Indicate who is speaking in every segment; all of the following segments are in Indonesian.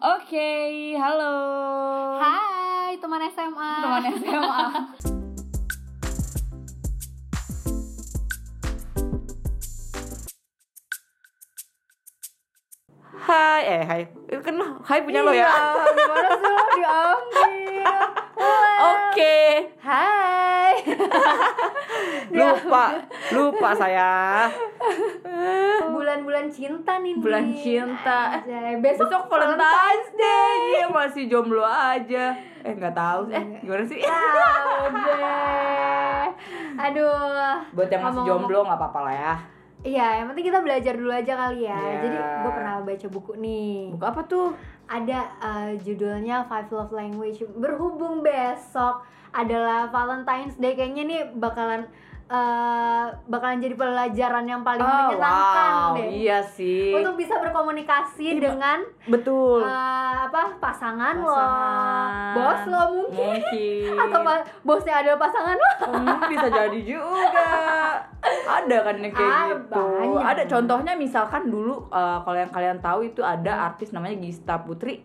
Speaker 1: Oke, halo.
Speaker 2: Hai teman SMA.
Speaker 1: Teman SMA. Hai, eh hai. Eh, Kan lo, hai punya lo ya.
Speaker 2: Iya, Gimana sih lo diambil?
Speaker 1: Oke.
Speaker 2: Hai.
Speaker 1: Lupa, lupa saya.
Speaker 2: Bulan-bulan cinta nih. Nih.
Speaker 1: Bulan cinta.
Speaker 2: Anjay, Besok,
Speaker 1: Besok Valentine's Day. Iya, masih jomblo aja. Eh, nggak tahu. Eh, gimana sih?
Speaker 2: Tahu deh. Aduh.
Speaker 1: Buat yang masih
Speaker 2: Ngomong-ngomong-
Speaker 1: jomblo nggak apa-apa lah ya.
Speaker 2: Iya, yang penting kita belajar dulu aja kali ya.
Speaker 1: Iya.
Speaker 2: Jadi gue pernah baca buku nih.
Speaker 1: Buku apa tuh?
Speaker 2: Ada eh, judulnya Five Love Language. Berhubung besok adalah Valentine's Day, kayaknya nih bakalan eh, bakalan jadi pelajaran yang paling menyenangkan
Speaker 1: Ah, wow,
Speaker 2: deh.
Speaker 1: Oh, iya sih.
Speaker 2: Untuk bisa berkomunikasi dengan
Speaker 1: Betul.
Speaker 2: eh, apa
Speaker 1: Pasangan.
Speaker 2: pasangan,
Speaker 1: Iya.
Speaker 2: lo, bos lo mungkin,
Speaker 1: Mungkin.
Speaker 2: atau pa- bosnya adalah pasangan lo.
Speaker 1: Hmm, bisa jadi juga. Ada kan yang kayak
Speaker 2: Ah,
Speaker 1: gitu.
Speaker 2: banyak.
Speaker 1: Ada contohnya misalkan dulu eh, kalau yang kalian tahu itu ada artis namanya Gista Putri.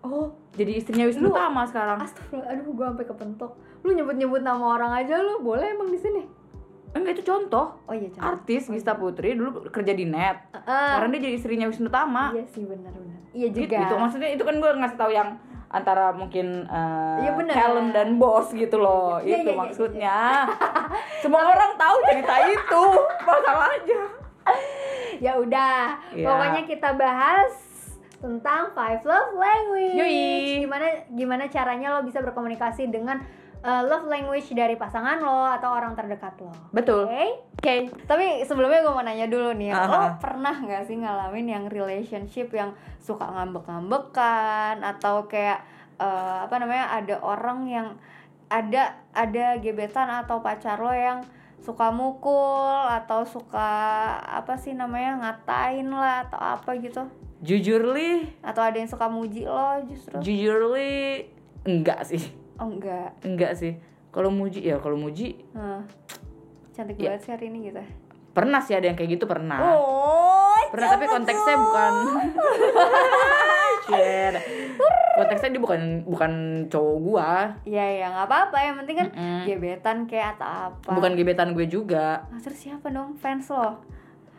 Speaker 1: Oh, jadi istrinya Wisnu
Speaker 2: Lu-
Speaker 1: Tama sekarang.
Speaker 2: Astagfirullah, aduh gue sampai kepentok. Lu nyebut-nyebut nama orang aja lu, boleh emang di sini?
Speaker 1: Enggak itu contoh.
Speaker 2: Oh iya, Chan.
Speaker 1: Artis Gista Putri dulu kerja di net.
Speaker 2: Heeh.
Speaker 1: Sekarang dia jadi istrinya Wisnu Tama.
Speaker 2: Iya sih benar-benar. Ah. Iya
Speaker 1: Gitu,
Speaker 2: juga.
Speaker 1: gitu. Maksudnya itu kan gue ngasih tahu yang antara mungkin eh,
Speaker 2: Iya, bener.
Speaker 1: talent dan bos gitu loh.
Speaker 2: Iya,
Speaker 1: itu
Speaker 2: iya, iya,
Speaker 1: maksudnya. Semua orang tahu cerita itu. Masalahnya.
Speaker 2: Ya udah,
Speaker 1: Iya.
Speaker 2: pokoknya kita bahas tentang five love language.
Speaker 1: Yoi.
Speaker 2: Gimana gimana caranya lo bisa berkomunikasi dengan uh, love language dari pasangan lo atau orang terdekat lo.
Speaker 1: Betul.
Speaker 2: Oke?
Speaker 1: Oke.
Speaker 2: Tapi sebelumnya gue mau nanya dulu nih,
Speaker 1: Aha.
Speaker 2: ya, lo pernah nggak sih ngalamin yang relationship yang suka ngambek-ngambekan atau kayak eh, apa namanya ada orang yang ada ada gebetan atau pacar lo yang suka mukul atau suka apa sih namanya ngatain lah atau apa gitu
Speaker 1: Jujur li,
Speaker 2: atau ada yang suka muji lo justru
Speaker 1: jujur li enggak sih.
Speaker 2: oh enggak
Speaker 1: Enggak sih. Kalau muji ya kalau muji
Speaker 2: Hah. cantik
Speaker 1: Ya.
Speaker 2: banget sih hari ini gitu
Speaker 1: pernah sih ada yang kayak gitu pernah.
Speaker 2: oh
Speaker 1: pernah tapi konteksnya bukan Shit. Konteksnya dia bukan bukan cowok gua,
Speaker 2: Iya ya nggak apa-apa yang penting kan
Speaker 1: Mm-mm.
Speaker 2: gebetan kayak atau apa.
Speaker 1: bukan gebetan gue juga.
Speaker 2: Ah, terus siapa dong fans lo?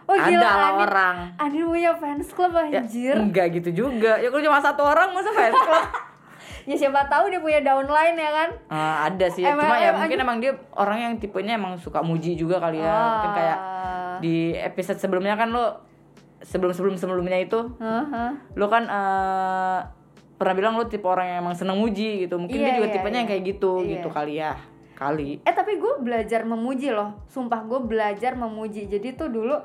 Speaker 2: Oh
Speaker 1: ada
Speaker 2: gila
Speaker 1: lah
Speaker 2: Andin,
Speaker 1: orang.
Speaker 2: Andin punya fans club
Speaker 1: Ya,
Speaker 2: anjir.
Speaker 1: enggak gitu juga. Ya kalau cuma satu orang masa fans club?
Speaker 2: Ya, siapa tahu dia punya downline ya kan?
Speaker 1: Eh, ada sih,
Speaker 2: Emang-
Speaker 1: cuma ya
Speaker 2: emang- gitu.
Speaker 1: mungkin emang dia orang yang tipenya emang suka muji juga kali ya. Mungkin kayak
Speaker 2: Ah.
Speaker 1: di episode sebelumnya kan lo sebelum sebelum sebelumnya itu
Speaker 2: Hah, hah.
Speaker 1: lo kan eh, pernah bilang lo tipe orang yang emang seneng muji gitu mungkin
Speaker 2: Iya,
Speaker 1: dia juga
Speaker 2: iya,
Speaker 1: tipenya yang
Speaker 2: iya.
Speaker 1: kayak gitu
Speaker 2: Iya.
Speaker 1: gitu kali ya kali
Speaker 2: Eh tapi gue belajar memuji loh. Sumpah gue belajar memuji. Jadi tuh dulu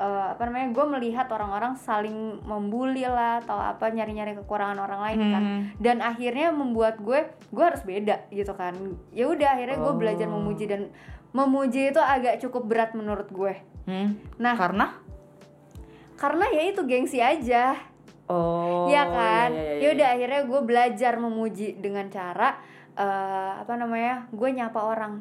Speaker 2: eh, apa namanya? Gue melihat orang-orang saling membuli lah atau apa nyari-nyari kekurangan orang lain kan.
Speaker 1: Hmm.
Speaker 2: dan akhirnya membuat gue gue harus beda gitu kan ya udah akhirnya gue
Speaker 1: Oh.
Speaker 2: belajar memuji dan memuji itu agak cukup berat menurut gue
Speaker 1: Hmm.
Speaker 2: nah
Speaker 1: karena
Speaker 2: karena ya itu gengsi aja
Speaker 1: oh
Speaker 2: ya kan
Speaker 1: iya, iya,
Speaker 2: ya
Speaker 1: iya.
Speaker 2: udah akhirnya gue belajar memuji dengan cara eh, apa namanya gue nyapa orang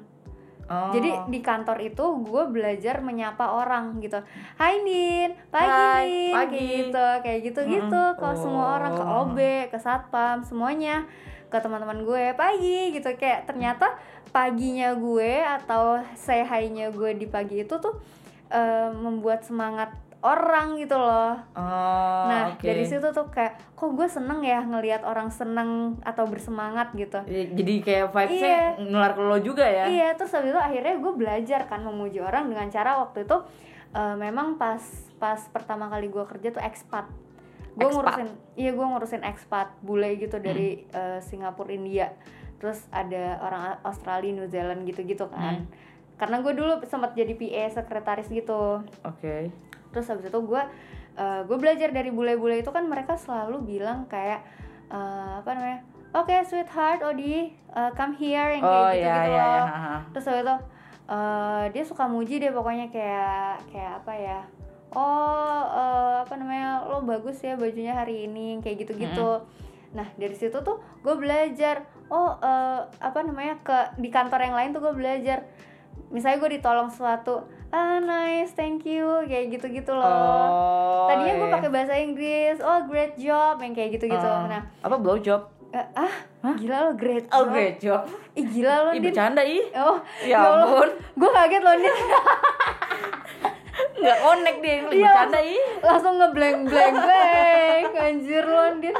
Speaker 1: Oh.
Speaker 2: jadi di kantor itu gue belajar menyapa orang gitu Hai Nin, pagi
Speaker 1: Hai,
Speaker 2: Nin
Speaker 1: pagi.
Speaker 2: Kayak gitu, kayak gitu-gitu
Speaker 1: Mm-mm.
Speaker 2: Ke semua
Speaker 1: Oh.
Speaker 2: orang, ke OB, ke Satpam, semuanya Ke teman-teman gue, pagi gitu Kayak ternyata paginya gue atau say hi-nya gue di pagi itu tuh eh, Membuat semangat orang gitu loh
Speaker 1: Oh,
Speaker 2: Nah
Speaker 1: oke.
Speaker 2: dari situ tuh kayak Kok gue seneng ya ngelihat orang seneng atau bersemangat gitu
Speaker 1: Iya, jadi kayak vibesnya
Speaker 2: Iya.
Speaker 1: nular ke lo juga ya
Speaker 2: Iya, terus habis itu akhirnya gue belajar kan memuji orang dengan cara waktu itu eh, memang pas pas pertama kali gue kerja tuh ekspat.
Speaker 1: Ekspat.
Speaker 2: Gue ngurusin, iya gue ngurusin ekspat bule gitu
Speaker 1: Hmm.
Speaker 2: dari eh, Singapura, India, terus ada orang A- Australia, New Zealand gitu-gitu
Speaker 1: Hmm.
Speaker 2: kan. Karena gue dulu sempat jadi PA sekretaris gitu.
Speaker 1: oke
Speaker 2: Terus habis itu gue eh, gue belajar dari bule-bule itu kan mereka selalu bilang kayak eh, apa namanya? Oke, sweetheart, Odi, eh, come here yang kayak
Speaker 1: oh
Speaker 2: gitu-gitu
Speaker 1: iya
Speaker 2: loh Gitu
Speaker 1: iya iya, ha, ha.
Speaker 2: terus waktu itu eh, dia suka muji deh pokoknya kayak kayak apa ya oh eh, apa namanya lo bagus ya bajunya hari ini kayak gitu-gitu nah dari situ tuh gue belajar oh eh, apa namanya ke di kantor yang lain tuh gue belajar misalnya gue ditolong sesuatu ah nice thank you kayak gitu gitu loh
Speaker 1: Oh.
Speaker 2: tadinya gue
Speaker 1: iya.
Speaker 2: pakai bahasa Inggris oh great job yang kayak gitu gitu
Speaker 1: Ah.
Speaker 2: nah
Speaker 1: apa blow job?
Speaker 2: eh, ah gila lo great
Speaker 1: Oh,
Speaker 2: job
Speaker 1: great job.
Speaker 2: ih gila lo
Speaker 1: Ih,
Speaker 2: din
Speaker 1: bercanda ih.
Speaker 2: oh
Speaker 1: Ya ampun.
Speaker 2: gue kaget loh din
Speaker 1: Enggak connect dia yang
Speaker 2: Iya.
Speaker 1: bercanda ih.
Speaker 2: langsung ngeblank blank blank anjir lo din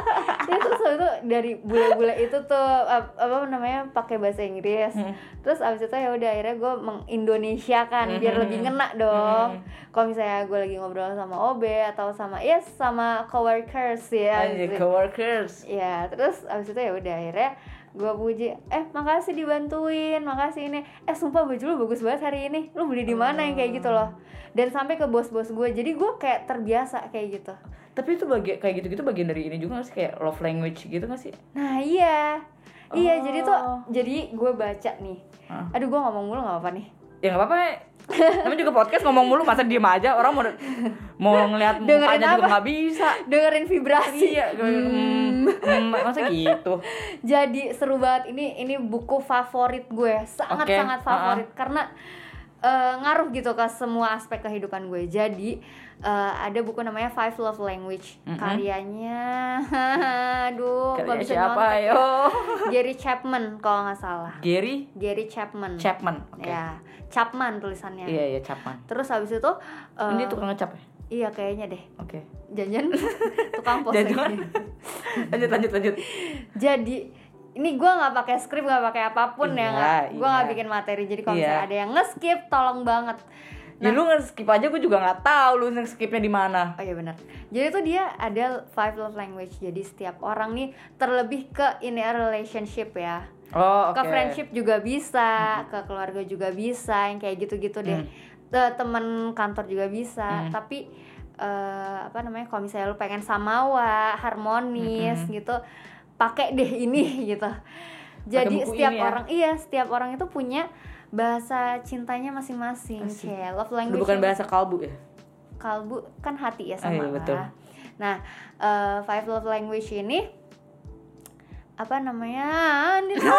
Speaker 2: Ya, terus habis itu dari bule-bule itu tuh ap- apa namanya pakai bahasa Inggris
Speaker 1: Hmm.
Speaker 2: terus abis itu ya udah akhirnya gue mengindonesiakan biar
Speaker 1: Mhm.
Speaker 2: lebih ngena dong
Speaker 1: Mhm.
Speaker 2: kalau misalnya gue lagi ngobrol sama OB atau sama yes sama coworkers ya
Speaker 1: Anjir,
Speaker 2: gitu.
Speaker 1: coworkers.
Speaker 2: Ya, terus abis itu ya udah akhirnya gue puji, eh makasih dibantuin, makasih ini, eh sumpah baju lu bagus banget hari ini, lu beli di mana yang kayak gitu loh, dan sampai ke bos-bos gue, jadi gue kayak terbiasa kayak gitu.
Speaker 1: Tapi itu bagi kayak gitu-gitu bagian dari ini juga gak sih kayak love language gitu gak sih?
Speaker 2: Nah iya, iya jadi tuh,
Speaker 1: Oh.
Speaker 2: jadi gue baca nih,
Speaker 1: Hah.
Speaker 2: aduh gue ngomong mulu nggak apa nih,
Speaker 1: Ya gak apa-apa. Namanya juga podcast ngomong mulu masa diem aja orang mau mau ngeliat
Speaker 2: Dengerin
Speaker 1: mukanya juga
Speaker 2: apa?
Speaker 1: nggak bisa.
Speaker 2: dengerin vibrasi.
Speaker 1: Iya, gue-
Speaker 2: Hmm.
Speaker 1: hmm, hmm, masa gitu.
Speaker 2: jadi seru banget ini ini buku favorit gue sangat
Speaker 1: Oke,
Speaker 2: sangat favorit karena eh, ngaruh gitu ke semua aspek kehidupan gue jadi eh, ada buku namanya Five Love Language
Speaker 1: Mm-mm.
Speaker 2: karyanya aduh gak
Speaker 1: Kerja
Speaker 2: bisa
Speaker 1: siapa
Speaker 2: nyontek.
Speaker 1: yo?
Speaker 2: Gary Chapman kalau nggak salah
Speaker 1: Gary
Speaker 2: Gary Chapman
Speaker 1: Chapman. Oke.
Speaker 2: ya Chapman tulisannya
Speaker 1: Iya, iya Chapman.
Speaker 2: terus habis itu eh,
Speaker 1: Ini tukang ngecap ya?
Speaker 2: iya kayaknya deh
Speaker 1: Oke.
Speaker 2: janjian tukang pos
Speaker 1: Jangan.
Speaker 2: lagi.
Speaker 1: lanjut lanjut lanjut.
Speaker 2: jadi ini gue nggak pakai skrip nggak pakai apapun
Speaker 1: Iya,
Speaker 2: ya nggak gue nggak
Speaker 1: iya.
Speaker 2: bikin materi jadi kalau
Speaker 1: Iya.
Speaker 2: misalnya ada yang ngeskip tolong banget
Speaker 1: Ya
Speaker 2: Nah.
Speaker 1: lu nge-skip aja gue juga nggak tahu lu nge-skipnya di mana.
Speaker 2: oh iya benar jadi tuh dia ada five love language jadi setiap orang nih terlebih ke in a relationship ya
Speaker 1: Oh, oke. Mm-hmm.
Speaker 2: ke friendship juga bisa ke keluarga juga bisa yang kayak gitu-gitu
Speaker 1: Mm.
Speaker 2: deh Te- temen kantor juga bisa
Speaker 1: Hmm.
Speaker 2: tapi eh, apa namanya kalau misalnya lu pengen samawa harmonis
Speaker 1: Mm-mm.
Speaker 2: gitu pakai deh ini gitu jadi
Speaker 1: buku
Speaker 2: setiap
Speaker 1: ini ya?
Speaker 2: orang iya setiap orang itu punya bahasa cintanya masing-masing
Speaker 1: Asik.
Speaker 2: kayak love
Speaker 1: Lu
Speaker 2: language
Speaker 1: bukan bahasa kalbu ya?
Speaker 2: kalbu kan hati ya
Speaker 1: Ah, iya,
Speaker 2: sama
Speaker 1: betul.
Speaker 2: lah. Nah, eh, five love language ini apa namanya?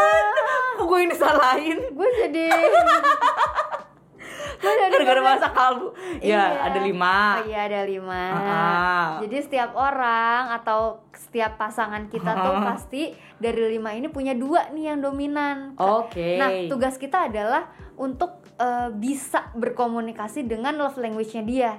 Speaker 1: Kok gue ini salahin?
Speaker 2: gue jadi gue jadi
Speaker 1: Gara-gara bahasa kalbu. Ya,
Speaker 2: Iya.
Speaker 1: ada
Speaker 2: oh
Speaker 1: lima.
Speaker 2: iya ada lima
Speaker 1: Ah.
Speaker 2: jadi setiap orang atau setiap pasangan kita
Speaker 1: Ah.
Speaker 2: tuh pasti dari lima ini punya dua nih yang dominan
Speaker 1: Oke.
Speaker 2: nah tugas kita adalah untuk eh, bisa berkomunikasi dengan love language-nya dia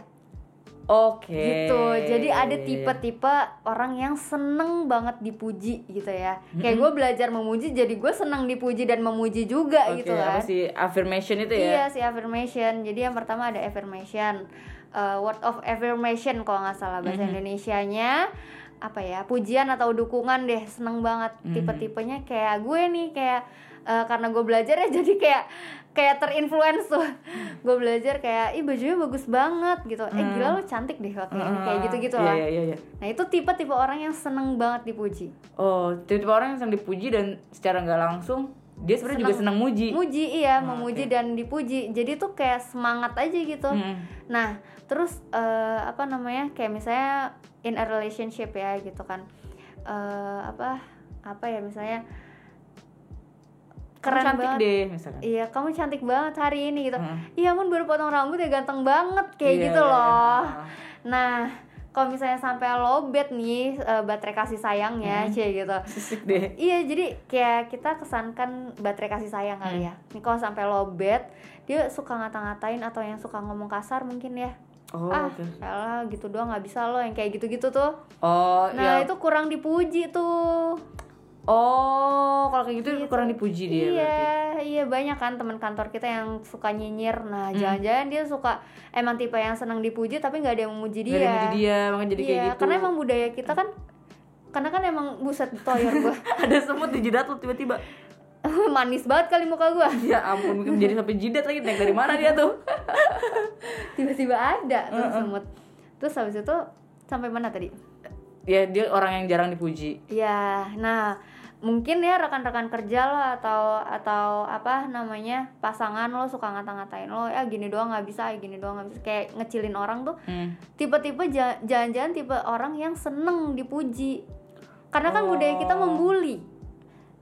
Speaker 1: Oke.
Speaker 2: gitu jadi ada tipe-tipe orang yang seneng banget dipuji gitu ya kayak
Speaker 1: Mm-mm.
Speaker 2: gue belajar memuji jadi gue seneng dipuji dan memuji juga
Speaker 1: Oke,
Speaker 2: gitu kan
Speaker 1: apa sih affirmation itu ya?
Speaker 2: Iya sih affirmation. Jadi yang pertama ada affirmation, Eh, word of affirmation kalau nggak salah bahasa
Speaker 1: Mhm.
Speaker 2: Indonesianya apa ya pujian atau dukungan deh seneng banget
Speaker 1: Mhm.
Speaker 2: tipe-tipenya kayak gue nih kayak eh, karena gue belajar ya jadi kayak kayak terinfluence tuh
Speaker 1: Mm-hmm.
Speaker 2: gue belajar kayak ih bajunya bagus banget gitu eh
Speaker 1: Hmm.
Speaker 2: gila lo cantik deh kalau kayak ini." kayak
Speaker 1: Mm,
Speaker 2: gitu gitu
Speaker 1: Iya,
Speaker 2: lah
Speaker 1: iya, iya, iya.
Speaker 2: nah itu tipe-tipe orang yang seneng banget dipuji
Speaker 1: Oh, tipe-tipe orang yang senang dipuji dan secara nggak langsung dia sebenarnya juga senang
Speaker 2: Senang.
Speaker 1: muji.
Speaker 2: muji iya
Speaker 1: Oh,
Speaker 2: memuji
Speaker 1: oke.
Speaker 2: dan dipuji jadi tuh kayak semangat aja gitu
Speaker 1: Mm.
Speaker 2: Nah, terus eh, apa namanya? Kayak misalnya in a relationship ya gitu kan. Eh, apa apa ya misalnya
Speaker 1: Kamu
Speaker 2: keren
Speaker 1: cantik
Speaker 2: banget.
Speaker 1: deh misalkan.
Speaker 2: Iya, kamu cantik banget hari ini gitu.
Speaker 1: Mm.
Speaker 2: Iya, mun baru potong rambut ya ganteng banget kayak
Speaker 1: Iya,
Speaker 2: gitu
Speaker 1: iya, iya.
Speaker 2: loh.
Speaker 1: Ah.
Speaker 2: Nah, kalau misalnya sampai lobet nih eh, baterai kasih sayangnya,
Speaker 1: Hmm.
Speaker 2: cie gitu.
Speaker 1: Sisik deh.
Speaker 2: Iya jadi kayak kita kesankan baterai kasih sayang kali
Speaker 1: Hmm.
Speaker 2: ya. Nih kalau sampai lobet dia suka ngata-ngatain atau yang suka ngomong kasar mungkin ya.
Speaker 1: Oh,
Speaker 2: ah
Speaker 1: oke.
Speaker 2: elah, gitu doang nggak bisa lo yang kayak gitu-gitu tuh.
Speaker 1: Oh,
Speaker 2: Nah
Speaker 1: iya.
Speaker 2: itu kurang dipuji tuh.
Speaker 1: Oh, kalau kayak gitu
Speaker 2: Gitu.
Speaker 1: kurang dipuji dia
Speaker 2: iya
Speaker 1: berarti.
Speaker 2: iya banyak kan teman kantor kita yang suka nyinyir. Nah
Speaker 1: Hmm.
Speaker 2: jangan-jangan dia suka emang tipe yang senang dipuji tapi nggak ada yang memuji
Speaker 1: Nggak
Speaker 2: dia.
Speaker 1: ada yang muji dia, makanya jadi kayak
Speaker 2: ya. Iya,
Speaker 1: gitu.
Speaker 2: karena emang budaya kita kan karena kan emang buset toyor gue
Speaker 1: ada semut di jidat lu tiba-tiba.
Speaker 2: manis banget kali muka gue
Speaker 1: Ya ampun, mungkin jadi sampai jidat lagi naik dari mana dia tuh?
Speaker 2: tiba-tiba ada tuh
Speaker 1: Heeh.
Speaker 2: semut terus habis itu sampai mana tadi
Speaker 1: Ya dia orang yang jarang dipuji.
Speaker 2: ya nah mungkin ya rekan-rekan kerja lo atau atau apa namanya pasangan lo suka ngata-ngatain lo ya gini doang nggak bisa ya gini doang nggak bisa kayak ngecilin orang tuh
Speaker 1: Hmm.
Speaker 2: tipe-tipe ja- jangan-jangan tipe orang yang seneng dipuji karena kan
Speaker 1: Oh.
Speaker 2: budaya kita membuli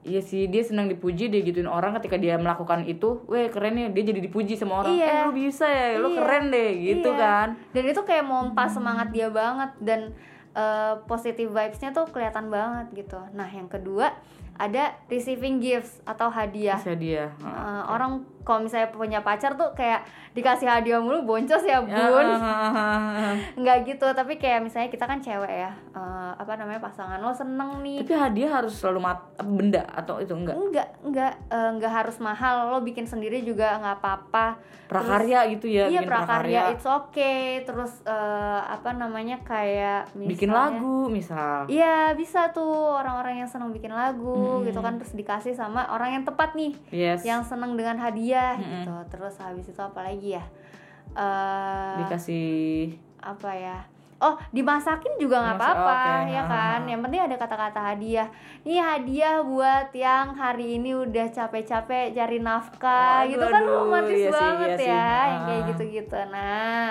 Speaker 1: Iya sih, dia senang dipuji, dia gituin orang ketika dia melakukan itu. Weh, keren ya, dia jadi dipuji sama orang.
Speaker 2: Iya.
Speaker 1: Eh, lu bisa ya, lu
Speaker 2: Iya.
Speaker 1: keren deh, gitu
Speaker 2: Iya.
Speaker 1: kan.
Speaker 2: dan itu kayak mompa semangat dia banget dan eh, positive vibes-nya tuh kelihatan banget gitu nah yang kedua ada receiving gifts atau hadiah
Speaker 1: Bisa dia.
Speaker 2: Eh,
Speaker 1: Heeh.
Speaker 2: orang kalau misalnya punya pacar tuh kayak dikasih hadiah mulu boncos
Speaker 1: Ya,
Speaker 2: ya bun
Speaker 1: heeh.
Speaker 2: nggak gitu tapi kayak misalnya kita kan cewek ya eh, apa namanya pasangan lo seneng nih
Speaker 1: Tapi hadiah harus selalu mat benda atau itu enggak.
Speaker 2: nggak nggak eh, nggak harus mahal lo bikin sendiri juga nggak apa-apa
Speaker 1: Prakarya gitu ya,
Speaker 2: iya
Speaker 1: bikin
Speaker 2: prakarya it's okay terus eh, apa namanya kayak misalnya,
Speaker 1: bikin lagu misal.
Speaker 2: Iya bisa tuh orang-orang yang senang bikin lagu
Speaker 1: Mm-mm.
Speaker 2: gitu kan terus dikasih sama orang yang tepat nih
Speaker 1: Yes.
Speaker 2: yang senang dengan hadiah
Speaker 1: Mm-mm.
Speaker 2: gitu terus habis itu apa lagi ya Eh,
Speaker 1: dikasih
Speaker 2: apa ya oh dimasakin juga nggak
Speaker 1: Dimasak,
Speaker 2: apa-apa
Speaker 1: oke.
Speaker 2: ya
Speaker 1: Ha,
Speaker 2: kan
Speaker 1: ha, ha.
Speaker 2: yang penting ada kata-kata hadiah ini hadiah buat yang hari ini udah capek-capek cari nafkah
Speaker 1: Aduh,
Speaker 2: gitu kan
Speaker 1: aduh,
Speaker 2: romantis
Speaker 1: iya sih,
Speaker 2: banget
Speaker 1: iya sih.
Speaker 2: ya yang
Speaker 1: Ha,
Speaker 2: kayak
Speaker 1: ha.
Speaker 2: gitu-gitu nah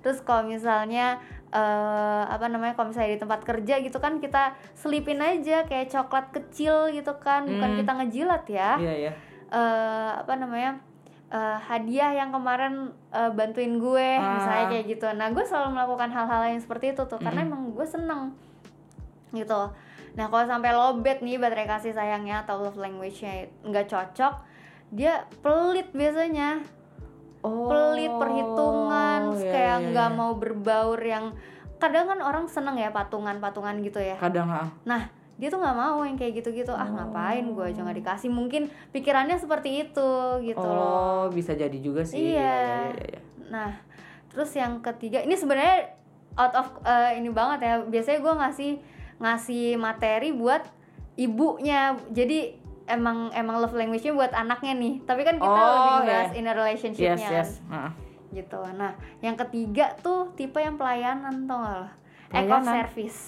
Speaker 2: terus kalau misalnya eh apa namanya kalau misalnya di tempat kerja gitu kan kita selipin aja kayak coklat kecil gitu kan bukan
Speaker 1: Hmm.
Speaker 2: kita ngejilat ya
Speaker 1: iya ya
Speaker 2: eh apa namanya eh, hadiah yang kemarin eh, bantuin gue
Speaker 1: Ah.
Speaker 2: misalnya kayak gitu nah gue selalu melakukan hal-hal yang seperti itu tuh karena
Speaker 1: Mm-mm.
Speaker 2: emang gue seneng gitu nah kalau sampai lobet nih baterai kasih sayangnya atau love language-nya nggak cocok dia pelit biasanya
Speaker 1: oh
Speaker 2: pelit perhitungan terus
Speaker 1: iya,
Speaker 2: kayak
Speaker 1: iya,
Speaker 2: nggak
Speaker 1: iya.
Speaker 2: mau berbaur yang kadang kan orang seneng ya patungan-patungan gitu ya
Speaker 1: kadang ah
Speaker 2: Nah, dia tuh nggak mau yang kayak gitu-gitu. Ah,
Speaker 1: Oh.
Speaker 2: ngapain gue aja nggak dikasih. Mungkin pikirannya seperti itu gitu loh.
Speaker 1: oh bisa jadi juga sih
Speaker 2: Iya.
Speaker 1: iya, iya, iya.
Speaker 2: Nah, terus yang ketiga ini sebenarnya out of eh, ini banget ya. Biasanya gue ngasih ngasih materi buat ibunya. Jadi emang emang love language-nya buat anaknya nih. Tapi kan kita
Speaker 1: Oh,
Speaker 2: lebih
Speaker 1: iya.
Speaker 2: ngebahas in a relationship-nya
Speaker 1: yes
Speaker 2: kan.
Speaker 1: yes Heeh.
Speaker 2: gitu. Nah, yang ketiga tuh tipe yang pelayanan tau gak lo? Eco
Speaker 1: Pelayanan?
Speaker 2: service.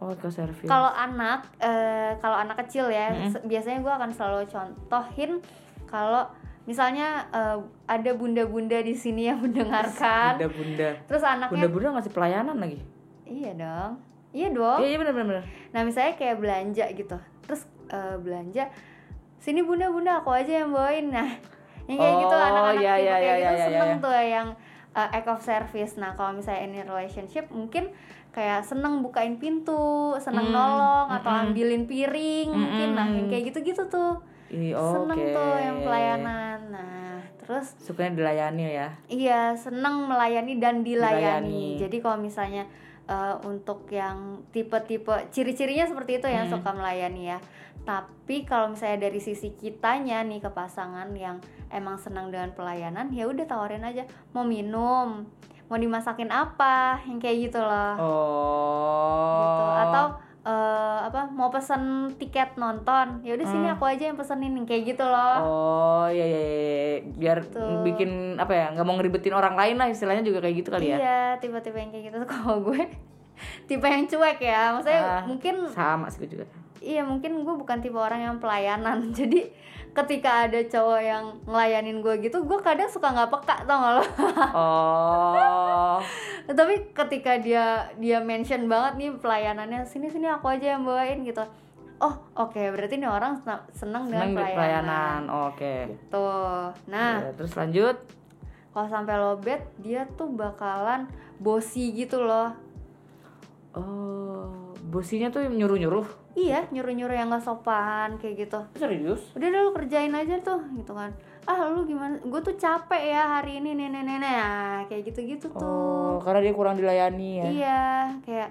Speaker 1: oh ke service
Speaker 2: kalau anak eh, kalau anak kecil ya
Speaker 1: Mm-mm.
Speaker 2: se- biasanya gue akan selalu contohin kalau misalnya eh, ada bunda-bunda di sini yang mendengarkan
Speaker 1: bunda bunda
Speaker 2: terus
Speaker 1: bunda
Speaker 2: Kan? anaknya
Speaker 1: bunda ngasih pelayanan lagi
Speaker 2: iya dong iya dong
Speaker 1: iya iya benar benar benar
Speaker 2: nah misalnya kayak belanja gitu terus eh, belanja sini bunda-bunda aku aja yang bawain nah yang kayak gitu
Speaker 1: Oh,
Speaker 2: anak-anak
Speaker 1: iya,
Speaker 2: tipe
Speaker 1: iya,
Speaker 2: kayak
Speaker 1: iya,
Speaker 2: gitu
Speaker 1: iya, iya,
Speaker 2: seneng
Speaker 1: iya.
Speaker 2: tuh yang eh, act of service nah kalau misalnya ini relationship mungkin kayak seneng bukain pintu
Speaker 1: Hmm,
Speaker 2: seneng nolong atau
Speaker 1: mm-mm.
Speaker 2: ambilin piring mungkin nah
Speaker 1: Mm-mm.
Speaker 2: yang kayak gitu-gitu tuh
Speaker 1: Ih, oke
Speaker 2: seneng tuh yang pelayanan nah terus
Speaker 1: sukanya dilayani ya
Speaker 2: Iya, senang melayani dan dilayani.
Speaker 1: Dilayani.
Speaker 2: Jadi kalau misalnya eh, untuk yang tipe-tipe ciri-cirinya seperti itu yang
Speaker 1: Hmm.
Speaker 2: suka melayani ya. Tapi kalau misalnya dari sisi kitanya nih ke pasangan yang emang senang dengan pelayanan, ya udah tawarin aja mau minum, mau dimasakin apa, yang kayak gitu loh.
Speaker 1: oh
Speaker 2: Gitu. Atau eh, apa mau pesen tiket nonton, ya udah sini
Speaker 1: Hmm.
Speaker 2: aku aja yang pesenin yang kayak gitu loh.
Speaker 1: Oh iya, iya, iya. biar
Speaker 2: Tuh.
Speaker 1: bikin apa ya nggak mau ngeribetin orang lain lah istilahnya juga kayak gitu kali ya
Speaker 2: Iya, tipe-tipe yang kayak gitu tuh kalau gue tipe yang cuek ya. Maksudnya
Speaker 1: Ah.
Speaker 2: mungkin
Speaker 1: sama sih gue juga
Speaker 2: iya mungkin gue bukan tipe orang yang pelayanan. Jadi ketika ada cowok yang ngelayanin gue gitu, gue kadang suka nggak peka tau gak lo.
Speaker 1: oh
Speaker 2: Tapi ketika dia dia mention banget nih pelayanannya, sini sini aku aja yang bawain gitu. Oh, oke, berarti nih orang senang, senang dengan
Speaker 1: seneng
Speaker 2: pelayanan.
Speaker 1: pelayanan oke
Speaker 2: Tuh. Nah,
Speaker 1: Ya, terus lanjut
Speaker 2: kalau sampai lobet dia tuh bakalan bosi gitu loh.
Speaker 1: oh bosinya tuh nyuruh nyuruh
Speaker 2: Iya, nyuruh-nyuruh yang gak sopan kayak gitu.
Speaker 1: serius
Speaker 2: udah deh lu kerjain aja tuh gitu kan ah lu gimana gue tuh capek ya hari ini nenek nenek nah, kayak gitu gitu
Speaker 1: oh
Speaker 2: tuh
Speaker 1: karena dia kurang dilayani ya
Speaker 2: iya kayak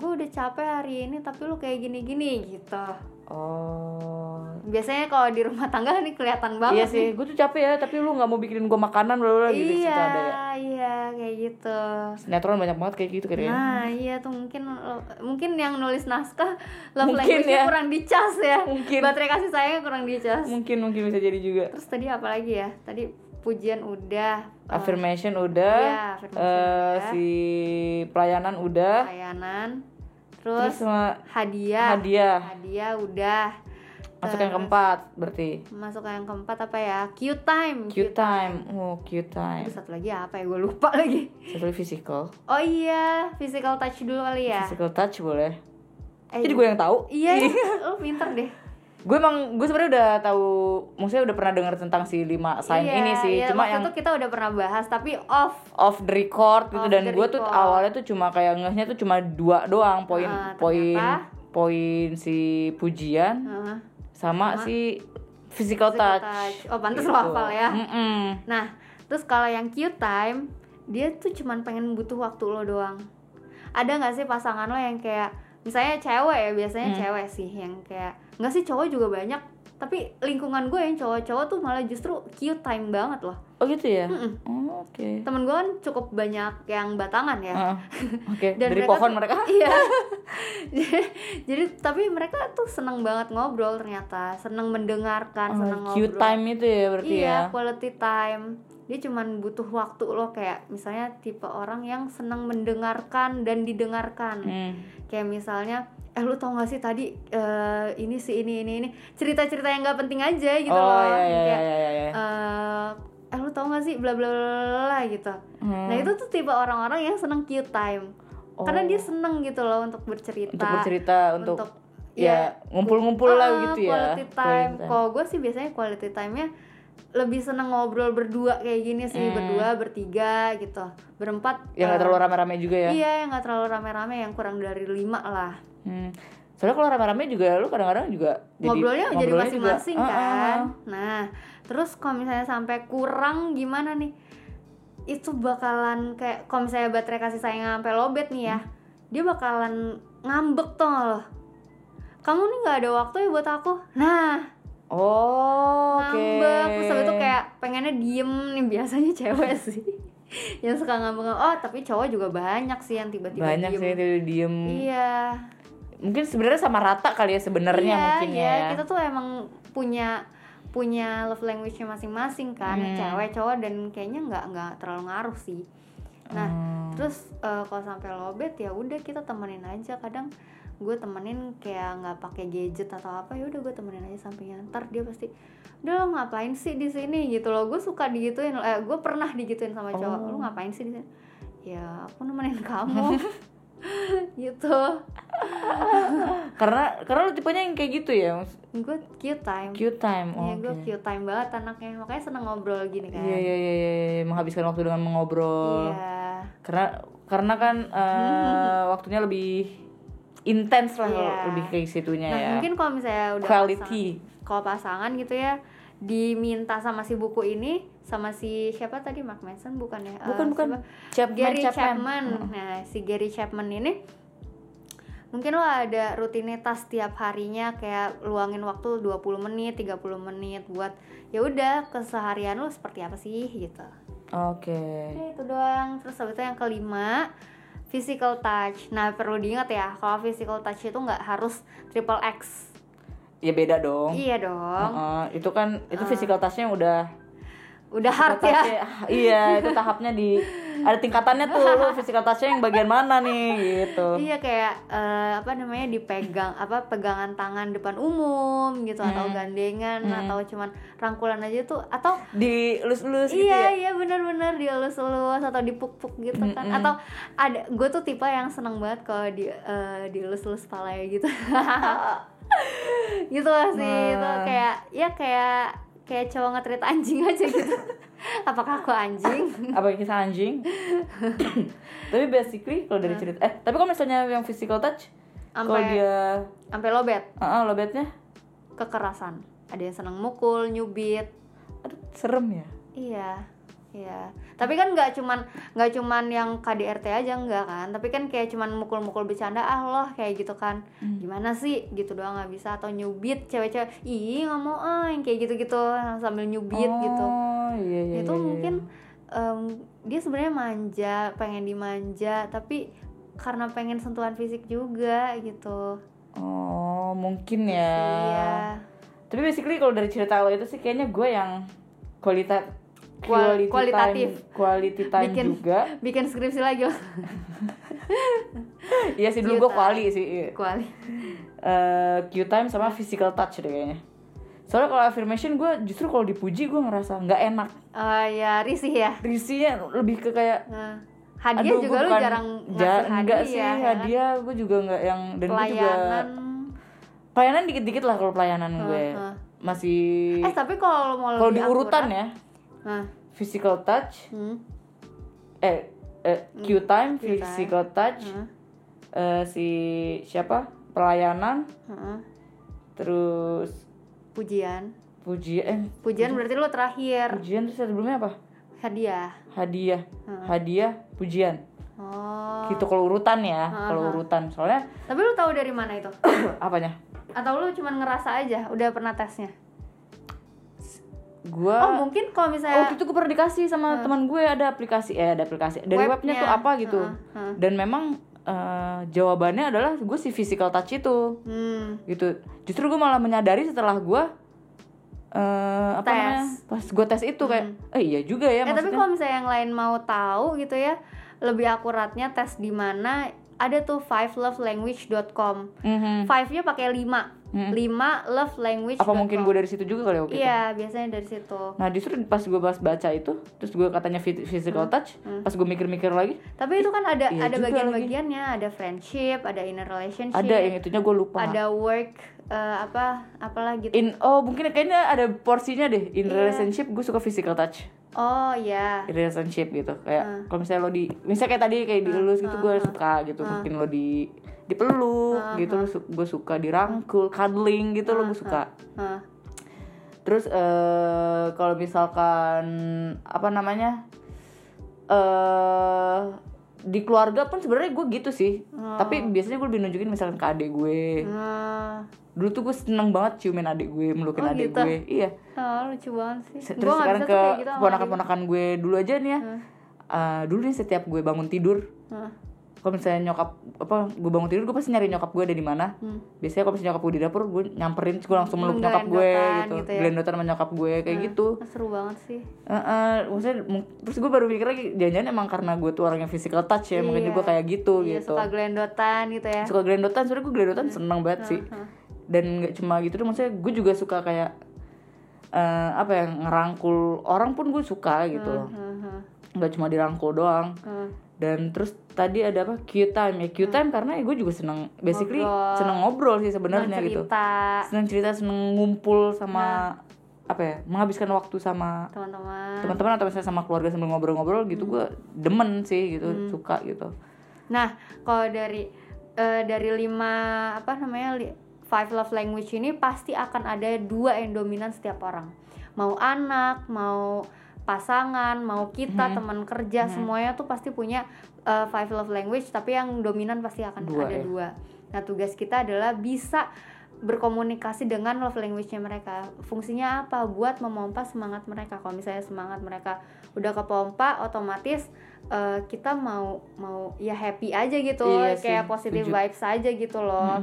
Speaker 2: gue udah capek hari ini tapi lu kayak gini gini gitu
Speaker 1: oh
Speaker 2: biasanya kalau di rumah tangga nih kelihatan
Speaker 1: iya
Speaker 2: banget
Speaker 1: sih gue tuh capek ya tapi lu nggak mau bikinin gue makanan
Speaker 2: nih.
Speaker 1: bla gitu
Speaker 2: iya
Speaker 1: suka ada ya
Speaker 2: iya kayak gitu
Speaker 1: sinetron banyak banget kayak gitu kayaknya
Speaker 2: nah iya tuh mungkin lo- mungkin yang nulis naskah love
Speaker 1: Mungkin
Speaker 2: language-nya
Speaker 1: ya.
Speaker 2: kurang dicas ya
Speaker 1: Mungkin.
Speaker 2: baterai kasih sayangnya kurang dicas
Speaker 1: mungkin mungkin bisa jadi juga
Speaker 2: terus tadi apa lagi ya tadi pujian udah eh,
Speaker 1: affirmation udah
Speaker 2: Iya, affirmation
Speaker 1: Eh,
Speaker 2: udah.
Speaker 1: si pelayanan udah
Speaker 2: layanan
Speaker 1: terus
Speaker 2: terus, Iya.
Speaker 1: sama
Speaker 2: hadiah
Speaker 1: hadiah
Speaker 2: hadiah udah
Speaker 1: masuk yang keempat berarti
Speaker 2: masuk yang keempat apa ya Q time
Speaker 1: cute time oh cute
Speaker 2: Aduh,
Speaker 1: time
Speaker 2: satu lagi apa ya gue lupa lagi
Speaker 1: satu lagi physical
Speaker 2: oh iya physical touch dulu kali ya
Speaker 1: physical touch boleh
Speaker 2: Eh,
Speaker 1: jadi gue yang tahu
Speaker 2: iya lu Oh, pinter deh
Speaker 1: gue emang gue sebenarnya udah tahu maksudnya udah pernah dengar tentang si lima sign
Speaker 2: Iya,
Speaker 1: ini sih
Speaker 2: iya,
Speaker 1: cuma
Speaker 2: waktu
Speaker 1: yang
Speaker 2: itu kita udah pernah bahas tapi off
Speaker 1: off the record gitu
Speaker 2: Off
Speaker 1: dan
Speaker 2: the
Speaker 1: gue tuh
Speaker 2: record.
Speaker 1: awalnya tuh cuma kayak ngehnya tuh cuma dua doang poin
Speaker 2: Ah,
Speaker 1: poin
Speaker 2: ternyata?
Speaker 1: poin si pujian
Speaker 2: Heeh.
Speaker 1: sama,
Speaker 2: Sama
Speaker 1: si physical,
Speaker 2: Physical
Speaker 1: touch.
Speaker 2: touch. Oh, pantes lo hafal ya.
Speaker 1: Mm-mm.
Speaker 2: Nah, terus kalau yang Q time, dia tuh cuman pengen butuh waktu lo doang. Ada nggak sih pasangan lo yang kayak misalnya cewek ya, biasanya
Speaker 1: Hmm.
Speaker 2: cewek sih yang kayak nggak sih cowok juga banyak, tapi lingkungan gue yang cowok-cowok tuh malah justru Q time banget loh.
Speaker 1: Oh gitu ya.
Speaker 2: Mm-mm.
Speaker 1: Oh, Oke.
Speaker 2: Temen gue kan cukup banyak yang batangan ya.
Speaker 1: Ah, Oke.
Speaker 2: Dan
Speaker 1: Dari
Speaker 2: mereka
Speaker 1: pohon
Speaker 2: tuh-
Speaker 1: mereka.
Speaker 2: Iya. jadi, jadi tapi mereka tuh seneng banget ngobrol ternyata, seneng mendengarkan, kan seneng
Speaker 1: Oh,
Speaker 2: ngobrol.
Speaker 1: cute time itu ya berarti
Speaker 2: iya,
Speaker 1: ya.
Speaker 2: quality time. Dia cuman butuh waktu lo kayak misalnya tipe orang yang senang mendengarkan dan didengarkan.
Speaker 1: Hmm.
Speaker 2: Kayak misalnya, eh lu tau gak sih tadi eh, ini sih ini ini ini cerita-cerita yang nggak penting aja gitu
Speaker 1: oh
Speaker 2: loh.
Speaker 1: iya iya
Speaker 2: Kayak,
Speaker 1: iya iya. iya.
Speaker 2: eh, eh lu tau gak sih bla bla bla, bla bla," gitu.
Speaker 1: Hmm.
Speaker 2: Nah itu tuh tipe orang-orang yang seneng cute time.
Speaker 1: Oh.
Speaker 2: Karena dia seneng gitu loh untuk bercerita.
Speaker 1: untuk bercerita untuk,
Speaker 2: ya
Speaker 1: ya ngumpul-ngumpul lah
Speaker 2: Ah,
Speaker 1: gitu ya.
Speaker 2: quality time kalau gue sih biasanya quality time-nya lebih seneng ngobrol berdua kayak gini sih
Speaker 1: Hmm.
Speaker 2: berdua bertiga gitu berempat
Speaker 1: Yang nggak
Speaker 2: eh,
Speaker 1: terlalu rame-rame juga ya.
Speaker 2: iya yang nggak terlalu rame-rame yang kurang dari lima lah
Speaker 1: Hmm. Soalnya kalau rame-rame juga lu kadang-kadang juga jadi
Speaker 2: ngobrolnya, jadi
Speaker 1: ngobrolnya juga-
Speaker 2: masing-masing
Speaker 1: Ah, ah, ah.
Speaker 2: kan nah terus kalau misalnya sampai kurang gimana nih itu bakalan kayak kalau misalnya baterai kasih sayang sampai lobet nih ya dia bakalan ngambek tuh loh kamu nih nggak ada waktu ya buat aku nah
Speaker 1: Oh, oke.
Speaker 2: ngambek terus habis itu kayak pengennya diem nih biasanya cewek sih yang suka ngambek oh tapi cowok juga banyak sih yang tiba-tiba
Speaker 1: banyak
Speaker 2: diem.
Speaker 1: sih yang tiba-tiba diem.
Speaker 2: iya
Speaker 1: Mungkin sebenarnya sama rata kali ya sebenarnya
Speaker 2: iya,
Speaker 1: mungkin
Speaker 2: iya.
Speaker 1: ya.
Speaker 2: kita tuh emang punya punya love language-nya masing-masing kan
Speaker 1: Hmm.
Speaker 2: cewek cowok dan kayaknya nggak nggak terlalu ngaruh sih nah
Speaker 1: Hmm.
Speaker 2: terus eh, kalau sampai lobet ya udah kita temenin aja kadang gue temenin kayak nggak pakai gadget atau apa ya udah gue temenin aja sampai ntar dia pasti udah lo ngapain sih di sini gitu loh gue suka digituin eh, gue pernah digituin sama
Speaker 1: Oh.
Speaker 2: cowok lu ngapain sih di sini ya aku nemenin kamu gitu
Speaker 1: Karena karena lu tipenya yang kayak gitu ya. maksud-
Speaker 2: gue cute time
Speaker 1: Cute time.
Speaker 2: ya
Speaker 1: Oh,
Speaker 2: gue
Speaker 1: oke.
Speaker 2: cute time banget anaknya makanya seneng ngobrol gini kan
Speaker 1: Iya iya iya iya, iya. menghabiskan waktu dengan mengobrol.
Speaker 2: Iya.
Speaker 1: Karena karena kan eh, waktunya lebih intens lah kalau
Speaker 2: Iya.
Speaker 1: lebih kayak situnya
Speaker 2: nah
Speaker 1: ya.
Speaker 2: mungkin kalau misalnya udah
Speaker 1: Quality.
Speaker 2: kalau pasangan gitu ya diminta sama si buku ini sama si siapa tadi Mark Manson bukan ya Eh,
Speaker 1: Bukan bukan. Chapman
Speaker 2: siapa? Gary Chapman,
Speaker 1: Heeh.
Speaker 2: nah si Gary Chapman ini mungkin lo ada rutinitas tiap harinya kayak luangin waktu 20 menit 30 menit buat ya udah keseharian lo seperti apa sih gitu
Speaker 1: Oke.
Speaker 2: Oke, itu doang terus habis itu yang kelima physical touch nah perlu diingat ya kalau physical touch itu nggak harus triple X
Speaker 1: Ya beda dong.
Speaker 2: iya dong
Speaker 1: Heeh, itu kan itu physical touch-nya udah
Speaker 2: udah hard ya
Speaker 1: Tasnya- iya itu tahapnya di ada tingkatannya tuh lu physical touch-nya yang bagian mana nih gitu
Speaker 2: Iya kayak eh, apa namanya dipegang apa pegangan tangan depan umum gitu atau gandengan atau cuman rangkulan aja tuh atau
Speaker 1: di lus-lus gitu ya
Speaker 2: iya iya benar-benar dielus-elus atau dipuk-puk gitu kan atau ada gue tuh tipe yang seneng banget kalau di eh, dielus-elus palanya gitu gitu lah sih itu
Speaker 1: Wah.
Speaker 2: kayak ya kayak kayak cowok ngetrit anjing aja gitu apakah aku anjing
Speaker 1: apa kisah anjing tapi basically kalau dari cerita eh tapi kalau misalnya yang physical touch kalau
Speaker 2: Sampai-
Speaker 1: dia
Speaker 2: sampai lobet
Speaker 1: ah lo lobetnya
Speaker 2: kekerasan ada yang seneng mukul nyubit
Speaker 1: aduh serem ya
Speaker 2: Iya, iya. Tapi kan nggak cuman nggak cuman yang KDRT aja nggak kan? Tapi kan kayak cuman mukul-mukul bercanda ah loh kayak gitu kan?
Speaker 1: Hmm.
Speaker 2: Gimana sih? Gitu doang nggak bisa atau nyubit cewek-cewek? Ih nggak mau ah yang kayak gitu-gitu sambil nyubit
Speaker 1: oh,
Speaker 2: gitu.
Speaker 1: iya, iya, iya, iya.
Speaker 2: Itu mungkin em, dia sebenarnya manja, pengen dimanja, tapi karena pengen sentuhan fisik juga gitu.
Speaker 1: oh mungkin ya
Speaker 2: Iya.
Speaker 1: tapi basically kalau dari cerita lo itu sih kayaknya gue yang kualita
Speaker 2: Kual-
Speaker 1: quality
Speaker 2: kualitatif.
Speaker 1: time quality time
Speaker 2: Bikin-
Speaker 1: juga
Speaker 2: Bikin skripsi lagi loh.
Speaker 1: Iya sih dulu gue
Speaker 2: Cute
Speaker 1: kuali sih. iya.
Speaker 2: Kuali.
Speaker 1: Eh, Q time sama physical touch deh kayaknya. Soalnya kalau affirmation gue justru kalau dipuji gue ngerasa nggak enak.
Speaker 2: Oh ya risih ya.
Speaker 1: Risinya lebih ke kayak
Speaker 2: Nah, hadiah
Speaker 1: aduh,
Speaker 2: juga
Speaker 1: gua
Speaker 2: lu
Speaker 1: bukan-
Speaker 2: jarang
Speaker 1: ja-
Speaker 2: ngasih hadiah,
Speaker 1: nggak sih
Speaker 2: ya kan?
Speaker 1: hadiah gue juga nggak yang dan gue juga
Speaker 2: pelayanan
Speaker 1: pelayanan dikit-dikit lah kalau pelayanan gue
Speaker 2: Heeh.
Speaker 1: masih
Speaker 2: Eh tapi kalau lo mau
Speaker 1: kalau
Speaker 2: lebih
Speaker 1: diurutan
Speaker 2: akurat,
Speaker 1: ya
Speaker 2: Nah,
Speaker 1: physical touch
Speaker 2: hmm,
Speaker 1: eh eh Q time
Speaker 2: Q time. Hmm.
Speaker 1: physical touch
Speaker 2: heeh,
Speaker 1: eh, si siapa pelayanan
Speaker 2: heeh.
Speaker 1: terus
Speaker 2: ah, pujian.
Speaker 1: pujian eh,
Speaker 2: Pujian berarti lo terakhir
Speaker 1: pujian terus sebelumnya apa
Speaker 2: hadiah.
Speaker 1: hadiah
Speaker 2: Heeh.
Speaker 1: hadiah pujian
Speaker 2: Hmm. Oh. Hmm,
Speaker 1: gitu kalau urutan ya kalau
Speaker 2: Aha.
Speaker 1: urutan soalnya
Speaker 2: Tapi lo tahu dari mana itu?
Speaker 1: apanya
Speaker 2: Atau lo cuman ngerasa aja, udah pernah tesnya?
Speaker 1: gue
Speaker 2: Oh, mungkin kalau
Speaker 1: Oh,
Speaker 2: misalnya
Speaker 1: waktu itu gue pernah dikasih sama teman gue ada aplikasi eh ada aplikasi dari
Speaker 2: Webnya. Hmm,
Speaker 1: webnya tuh apa gitu
Speaker 2: Heeh, heeh.
Speaker 1: dan memang eh, jawabannya adalah gue si physical touch itu
Speaker 2: hmm,
Speaker 1: gitu justru gue malah menyadari setelah gue eh apa
Speaker 2: Tes.
Speaker 1: namanya pas gue tes itu kayak eh iya juga ya
Speaker 2: Eh tapi
Speaker 1: maksudnya
Speaker 2: kalau misalnya yang lain mau tahu gitu ya lebih akuratnya tes di mana ada tuh five love language.com
Speaker 1: Mhm.
Speaker 2: five nya pakai lima
Speaker 1: Hmm.
Speaker 2: lima love language
Speaker 1: apa mungkin gitu? gue dari situ juga kali waktu itu?
Speaker 2: iya biasanya dari situ
Speaker 1: nah justru pas gue bahas baca itu terus gue katanya phy- physical
Speaker 2: Hmm.
Speaker 1: touch pas gue mikir-mikir lagi
Speaker 2: tapi itu kan ada
Speaker 1: Iya
Speaker 2: ada
Speaker 1: juga
Speaker 2: bagian-bagiannya ada friendship ada inner relationship
Speaker 1: ada yang itunya gue lupa
Speaker 2: ada work eh, apa apalah gitu
Speaker 1: in oh mungkin kayaknya ada porsinya deh
Speaker 2: Iya.
Speaker 1: in relationship gue suka physical touch
Speaker 2: oh ya
Speaker 1: relationship gitu kayak
Speaker 2: Ah.
Speaker 1: kalau misalnya lo di misalnya kayak tadi kayak dilulus gitu gue suka gitu
Speaker 2: Ah.
Speaker 1: mungkin lo di dipeluk gitu lo su- gue suka dirangkul cuddling gitu
Speaker 2: Ah,
Speaker 1: lo gue suka
Speaker 2: Hah.
Speaker 1: terus eh kalau misalkan apa namanya eh di keluarga pun sebenarnya gue gitu sih
Speaker 2: Ah.
Speaker 1: tapi biasanya gue lebih nunjukin misalkan ke adik gue
Speaker 2: Nah,
Speaker 1: dulu tuh gue seneng banget ciumin adik gue melukin
Speaker 2: Oh,
Speaker 1: adik gue iya
Speaker 2: ah, lucu banget sih.
Speaker 1: Se-
Speaker 2: Gue
Speaker 1: terus
Speaker 2: gak
Speaker 1: sekarang
Speaker 2: gitu. bisa tuh
Speaker 1: ke
Speaker 2: kayak gitu sama adik. Hmm.
Speaker 1: ponakan-ponakan gue dulu aja nih ya Eh, dulu nih setiap gue bangun tidur
Speaker 2: Hah.
Speaker 1: kalau misalnya nyokap apa gue bangun tidur gue pasti nyari nyokap gue ada di mana
Speaker 2: Hmm.
Speaker 1: biasanya kalau misalnya nyokap gue di dapur gue nyamperin terus gue langsung meluk nyokap gue
Speaker 2: Menggelendotan
Speaker 1: gitu,
Speaker 2: gitu ya. Hmm.
Speaker 1: gelendotan sama nyokap gue kayak gitu
Speaker 2: Seru banget sih.
Speaker 1: Eh, eh, maksudnya mung- terus gue baru mikir lagi jangan-jangan emang karena gue tuh orang yang physical touch ya makanya
Speaker 2: Iya.
Speaker 1: gue kayak gitu
Speaker 2: Iya,
Speaker 1: gitu
Speaker 2: suka Iya. gelendotan gitu ya.
Speaker 1: suka gelendotan sebenernya gue gelendotan seneng banget sih dan nggak cuma gitu doang maksudnya gue juga suka kayak eh, apa ya ngerangkul orang pun gue suka gitu loh
Speaker 2: Heeh.
Speaker 1: nggak cuma dirangkul doang
Speaker 2: Heeh.
Speaker 1: dan terus tadi ada apa Q time ya Q time karena ya gue juga seneng basically
Speaker 2: Hmm. Ngobrol.
Speaker 1: seneng ngobrol sih
Speaker 2: Dengan
Speaker 1: sebenarnya gitu
Speaker 2: cerita Nah.
Speaker 1: seneng cerita seneng ngumpul sama apa ya menghabiskan waktu sama
Speaker 2: teman-teman.
Speaker 1: teman-teman atau misalnya sama keluarga sambil ngobrol-ngobrol gitu
Speaker 2: Hmm.
Speaker 1: gue demen sih gitu suka gitu
Speaker 2: Nah, kalau dari eh, dari lima apa namanya li- five love language ini pasti akan ada dua yang dominan setiap orang. Mau anak, mau pasangan, mau kita
Speaker 1: Mm-hmm.
Speaker 2: teman kerja semuanya tuh pasti punya eh, five love language tapi yang dominan pasti akan
Speaker 1: Dua,
Speaker 2: ada
Speaker 1: ya.
Speaker 2: dua. Nah, tugas kita adalah bisa berkomunikasi dengan love language-nya mereka. Fungsinya apa? Buat memompa semangat mereka. Kalau misalnya semangat mereka udah kepompa, otomatis eh, kita mau mau ya happy aja gitu,
Speaker 1: Iya sih,
Speaker 2: kayak
Speaker 1: setuju.
Speaker 2: positive
Speaker 1: Mm-hmm.
Speaker 2: vibes aja gitu loh.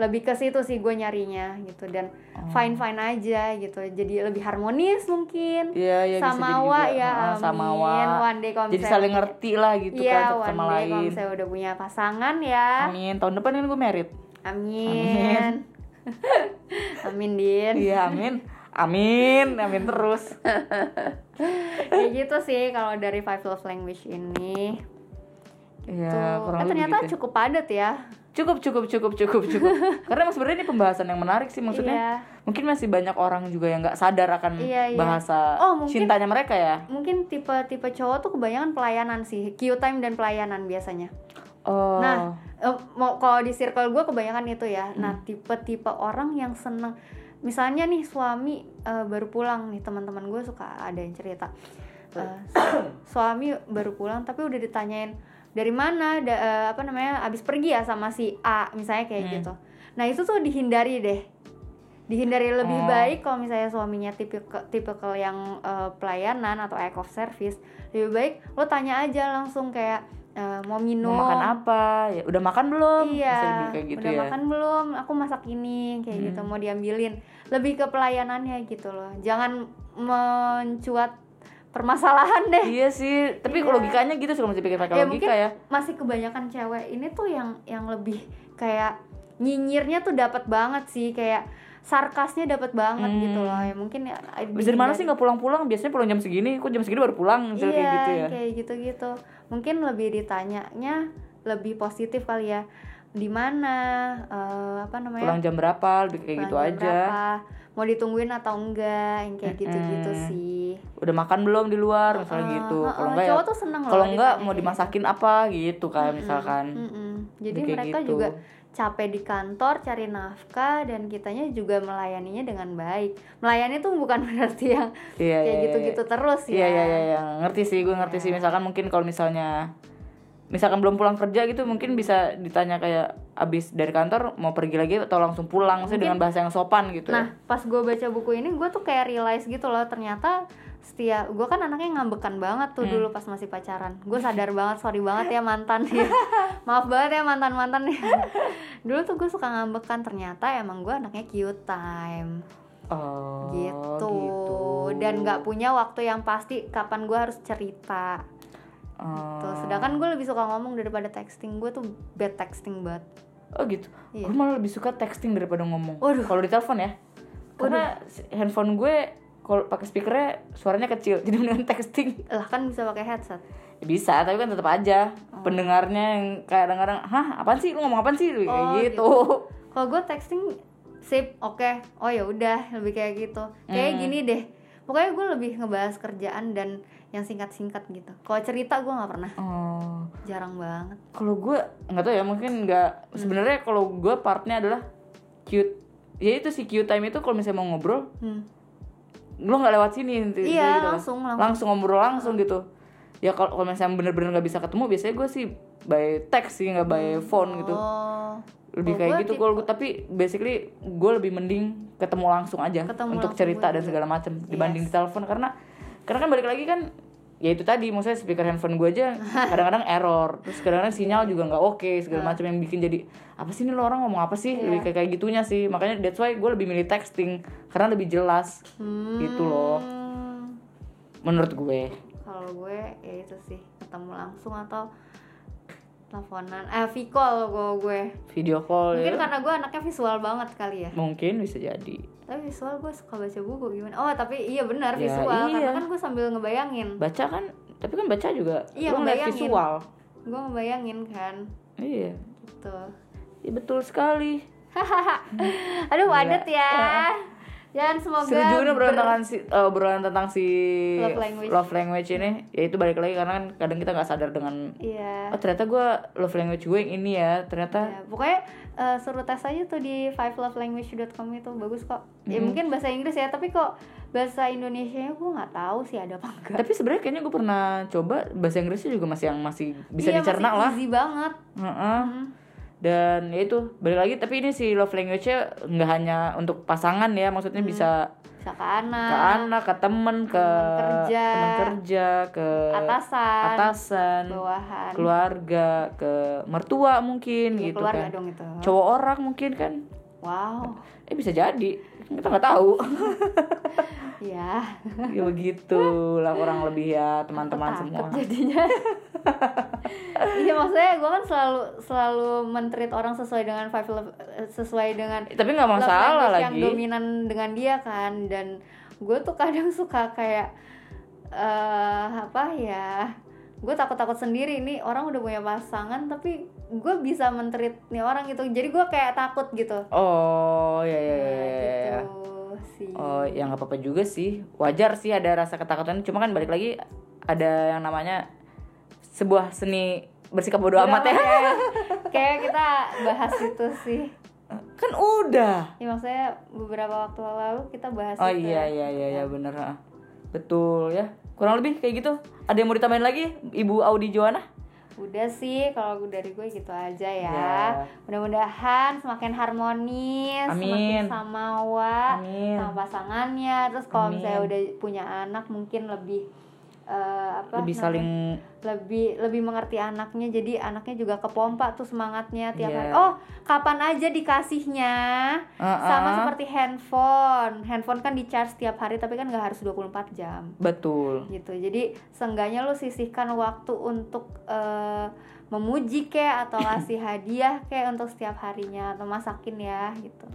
Speaker 2: Lebih ke situ sih gue nyarinya gitu dan
Speaker 1: Oh.
Speaker 2: fine fine aja gitu. Jadi lebih harmonis mungkin.
Speaker 1: Iya, iya, bisa jadi
Speaker 2: Samawa
Speaker 1: juga.
Speaker 2: ya,
Speaker 1: Ah, samawa.
Speaker 2: amin. One day kalau
Speaker 1: jadi
Speaker 2: misalnya-
Speaker 1: saling ngerti lah gitu
Speaker 2: Iya,
Speaker 1: kan satu
Speaker 2: one
Speaker 1: sama
Speaker 2: day kalau
Speaker 1: lain
Speaker 2: misalnya udah punya pasangan ya.
Speaker 1: amin tahun depan kan gue merit Amin.
Speaker 2: Amin. Amin, Din.
Speaker 1: iya amin amin amin terus
Speaker 2: Kayak gitu sih kalau dari Five Love Language ini.
Speaker 1: Iya,
Speaker 2: Tuh.
Speaker 1: kurang
Speaker 2: Eh,
Speaker 1: lebih
Speaker 2: ternyata
Speaker 1: gitu ya.
Speaker 2: cukup padat ya.
Speaker 1: cukup cukup cukup cukup cukup karena emang sebenarnya ini pembahasan yang menarik sih maksudnya
Speaker 2: Iya.
Speaker 1: mungkin masih banyak orang juga yang nggak sadar akan
Speaker 2: Iya, iya.
Speaker 1: bahasa
Speaker 2: Oh, mungkin-
Speaker 1: cintanya mereka ya
Speaker 2: Mungkin tipe-tipe cowok tuh kebanyakan pelayanan sih, Q time dan pelayanan biasanya.
Speaker 1: oh Hmm.
Speaker 2: Nah, eh, mau kalau di circle gue kebanyakan itu ya. Nah, tipe-tipe orang yang seneng, misalnya nih suami eh, baru pulang nih teman-teman gue suka ada yang cerita, Eh, su- suami baru pulang tapi udah ditanyain dari mana, da- eh, apa namanya, abis pergi ya sama si A misalnya kayak
Speaker 1: Hmm.
Speaker 2: gitu. Nah itu tuh dihindari deh, dihindari lebih
Speaker 1: Oh.
Speaker 2: baik kalau misalnya suaminya tipe tipikal yang eh, pelayanan atau act of service lebih baik lo tanya aja langsung kayak eh, mau minum
Speaker 1: mau makan apa ya udah makan belum
Speaker 2: Iya,
Speaker 1: Bisa dibilang kayak gitu
Speaker 2: udah
Speaker 1: ya Hmm.
Speaker 2: makan belum? Aku masak ini kayak gitu mau diambilin. Lebih ke pelayanannya gitu loh. Jangan mencuat permasalahan deh.
Speaker 1: iya sih tapi
Speaker 2: Iya.
Speaker 1: logikanya gitu sih kalau masih pikir pakai
Speaker 2: Ya, mungkin
Speaker 1: logika ya
Speaker 2: masih kebanyakan cewek ini tuh yang yang lebih kayak nyinyirnya tuh dapat banget sih kayak sarkasnya dapat banget
Speaker 1: Hmm.
Speaker 2: gitu loh. Ya mungkin ya,
Speaker 1: Abis dari mana sih nggak pulang-pulang biasanya pulang jam segini kok jam segini baru pulang misalnya
Speaker 2: iya,
Speaker 1: kayak gitu ya
Speaker 2: kayak gitu-gitu. Mungkin lebih ditanyanya lebih positif kali ya. di mana eh, apa namanya
Speaker 1: pulang jam berapa lebih kayak
Speaker 2: pulang
Speaker 1: gitu
Speaker 2: jam
Speaker 1: aja
Speaker 2: berapa, mau ditungguin atau enggak yang kayak gitu-gitu sih
Speaker 1: udah makan belum di luar misalnya
Speaker 2: Eh,
Speaker 1: gitu
Speaker 2: eh,
Speaker 1: kalau
Speaker 2: eh,
Speaker 1: enggak ya
Speaker 2: cowok tuh seneng loh
Speaker 1: kalau enggak
Speaker 2: ditanya
Speaker 1: mau
Speaker 2: kayak gitu ya.
Speaker 1: dimasakin apa gitu kan
Speaker 2: Mm-mm,
Speaker 1: misalkan
Speaker 2: mm-mm. jadi
Speaker 1: Udah kayak
Speaker 2: mereka
Speaker 1: gitu.
Speaker 2: juga capek di kantor cari nafkah dan kitanya juga melayaninya dengan baik melayani tuh bukan berarti yang
Speaker 1: iya
Speaker 2: kayak
Speaker 1: iya, iya.
Speaker 2: gitu-gitu terus ya
Speaker 1: iya iya iya iya. ngerti sih gue ngerti
Speaker 2: Iya.
Speaker 1: sih misalkan mungkin kalau misalnya misalkan belum pulang kerja gitu mungkin bisa ditanya kayak abis dari kantor mau pergi lagi atau langsung pulang sih dengan bahasa yang sopan gitu ya.
Speaker 2: Nah, pas gue baca buku ini, gue tuh kayak realize gitu loh, ternyata setiap gue kan anaknya ngambekan banget
Speaker 1: Hmm.
Speaker 2: tuh dulu pas masih pacaran. Gue sadar banget, sorry banget ya mantan ya. Maaf banget ya mantan mantan ya. dulu tuh gue suka ngambekan, ternyata emang gue anaknya cute time
Speaker 1: oh,
Speaker 2: gitu. Dan nggak punya waktu yang pasti kapan gue harus cerita.
Speaker 1: oh.
Speaker 2: Tuh, sedangkan gue lebih suka ngomong daripada texting. Gue tuh bad texting banget.
Speaker 1: oh gitu
Speaker 2: Iya.
Speaker 1: gue malah lebih suka texting daripada ngomong
Speaker 2: Waduh.
Speaker 1: kalau di telepon ya karena si- handphone gue kalau pakai speakernya suaranya kecil jadi mendingan texting
Speaker 2: Lah kan bisa pakai headset.
Speaker 1: Ya bisa tapi kan tetap aja
Speaker 2: Oh.
Speaker 1: pendengarnya yang kayak kadang-kadang hah apaan sih lu ngomong apaan sih kayak
Speaker 2: Oh,
Speaker 1: gitu,
Speaker 2: kalau gue texting sip oke oh ya udah lebih kayak gitu
Speaker 1: Hmm.
Speaker 2: kayak gini deh pokoknya gue lebih ngebahas kerjaan dan yang singkat-singkat gitu kalau cerita gue nggak pernah
Speaker 1: Oh,
Speaker 2: jarang banget
Speaker 1: kalau gue nggak tahu ya mungkin
Speaker 2: Hmm.
Speaker 1: nggak sebenarnya kalau gue partnya adalah cute ya itu si cute time itu kalau misalnya mau ngobrol
Speaker 2: hmm.
Speaker 1: lo nggak lewat sini inti-
Speaker 2: Iya,
Speaker 1: gitu kan.
Speaker 2: langsung, langsung. ngobrol.
Speaker 1: ngobrol langsung gitu ya kalau kalau misalnya bener-bener nggak bisa ketemu biasanya gue sih by text sih nggak by phone gitu
Speaker 2: Hmm. oh
Speaker 1: lebih
Speaker 2: Kalau
Speaker 1: kayak
Speaker 2: gua
Speaker 1: gitu
Speaker 2: tipe-
Speaker 1: kalau gua- tapi basically gue lebih mending ketemu langsung aja
Speaker 2: Ketemu
Speaker 1: untuk
Speaker 2: langsung
Speaker 1: cerita
Speaker 2: gua
Speaker 1: dan
Speaker 2: juga.
Speaker 1: segala macam dibanding
Speaker 2: Yes.
Speaker 1: di telepon karena karena kan balik lagi kan ya itu tadi maksudnya speaker handphone gue aja kadang-kadang error terus kadang-kadang sinyal
Speaker 2: Iya.
Speaker 1: juga nggak oke segala macam yang bikin jadi apa sih ini lo orang ngomong apa
Speaker 2: Iya.
Speaker 1: sih lebih kayak kayak gitunya sih makanya that's why gue lebih milih texting karena lebih jelas itu loh
Speaker 2: Hmm,
Speaker 1: menurut gue
Speaker 2: kalau gue ya itu sih ketemu langsung atau teleponan eh vicall gue gue
Speaker 1: video call
Speaker 2: mungkin
Speaker 1: ya.
Speaker 2: karena gue anaknya visual banget kali ya
Speaker 1: mungkin bisa jadi
Speaker 2: tapi visual gue suka baca buku gimana oh tapi iya benar
Speaker 1: Ya,
Speaker 2: visual
Speaker 1: iya.
Speaker 2: karena kan gue sambil ngebayangin
Speaker 1: baca kan tapi kan baca juga
Speaker 2: Iya,
Speaker 1: lo ngeliat
Speaker 2: ngebayangin.
Speaker 1: visual
Speaker 2: gue ngebayangin kan
Speaker 1: iya
Speaker 2: gitu
Speaker 1: Iya, betul sekali
Speaker 2: aduh padat ya dan semoga
Speaker 1: seru juga nih obrolan
Speaker 2: ber-
Speaker 1: tentang si eh, obrolan tentang si
Speaker 2: Love language.
Speaker 1: love language ini ya itu balik lagi karena kan kadang kita nggak sadar dengan
Speaker 2: iya
Speaker 1: oh ternyata gue love language gue yang ini ya ternyata
Speaker 2: Ya, pokoknya eh, suruh tes aja tuh di fivelovelanguage.com itu bagus kok ya mungkin bahasa Inggris ya tapi kok bahasa Indonesia nya gue nggak tahu sih ada apa enggak
Speaker 1: tapi sebenarnya kayaknya gue pernah coba bahasa Inggrisnya juga masih yang masih bisa
Speaker 2: Iya,
Speaker 1: dicerna
Speaker 2: masih
Speaker 1: lah
Speaker 2: easy banget
Speaker 1: Heeh.
Speaker 2: Mhm.
Speaker 1: dan ya itu balik lagi tapi ini si love language-nya nggak hanya untuk pasangan ya maksudnya
Speaker 2: Hmm.
Speaker 1: bisa
Speaker 2: bisa ke
Speaker 1: ke
Speaker 2: anak
Speaker 1: anak ke temen ke
Speaker 2: teman Nah. kerja.
Speaker 1: teman kerja ke
Speaker 2: atasan
Speaker 1: atasan
Speaker 2: bawahan
Speaker 1: keluarga ke mertua mungkin
Speaker 2: Ya,
Speaker 1: gitu
Speaker 2: keluarga
Speaker 1: kan
Speaker 2: dong itu
Speaker 1: cowok orang mungkin kan
Speaker 2: wow
Speaker 1: eh bisa jadi kita nggak tahu
Speaker 2: ya
Speaker 1: ya begitu lah kurang lebih ya teman-teman
Speaker 2: Aku
Speaker 1: semua
Speaker 2: takut jadinya iya maksudnya gue kan selalu selalu mentreat orang sesuai dengan five love- sesuai dengan
Speaker 1: Eh, tapi nggak
Speaker 2: love
Speaker 1: masalah
Speaker 2: language yang
Speaker 1: lagi
Speaker 2: dominan dengan dia kan dan gue tuh kadang suka kayak eh apa ya gue takut-takut sendiri nih orang udah punya pasangan tapi gue bisa mentreat nih orang gitu jadi gue kayak takut gitu
Speaker 1: oh ya ya ya, ya,
Speaker 2: Nah,
Speaker 1: ya, ya.
Speaker 2: gitu sih
Speaker 1: oh ya nggak apa-apa juga sih wajar sih ada rasa ketakutan cuma kan balik lagi ada yang namanya sebuah seni bersikap bodoh amat ya
Speaker 2: Kayak- kayak kita bahas itu sih
Speaker 1: kan udah
Speaker 2: Ya maksudnya beberapa waktu lalu kita bahas
Speaker 1: oh
Speaker 2: itu.
Speaker 1: iya iya iya ya, bener ah. betul ya kurang lebih kayak gitu ada yang mau ditambahin lagi ibu Audi Joana
Speaker 2: Udah sih kalau dari gue gitu aja ya.
Speaker 1: Ya.
Speaker 2: Mudah-mudahan semakin harmonis,
Speaker 1: Amin.
Speaker 2: semakin sama wa
Speaker 1: Amin.
Speaker 2: sama pasangannya. Terus
Speaker 1: Iya.
Speaker 2: kalau
Speaker 1: Amin.
Speaker 2: misalnya udah punya anak mungkin lebih eh, apa?
Speaker 1: lebih
Speaker 2: namanya?
Speaker 1: saling
Speaker 2: lebih lebih mengerti anaknya jadi anaknya juga kepompa tuh semangatnya tiap
Speaker 1: Iya.
Speaker 2: hari oh kapan aja dikasihnya
Speaker 1: Uh-uh.
Speaker 2: sama seperti handphone handphone kan di charge tiap hari tapi kan nggak harus 24 jam
Speaker 1: betul
Speaker 2: gitu jadi seenggaknya lu sisihkan waktu untuk eh, memuji kek atau ngasih hadiah kek untuk setiap harinya atau masakin ya gitu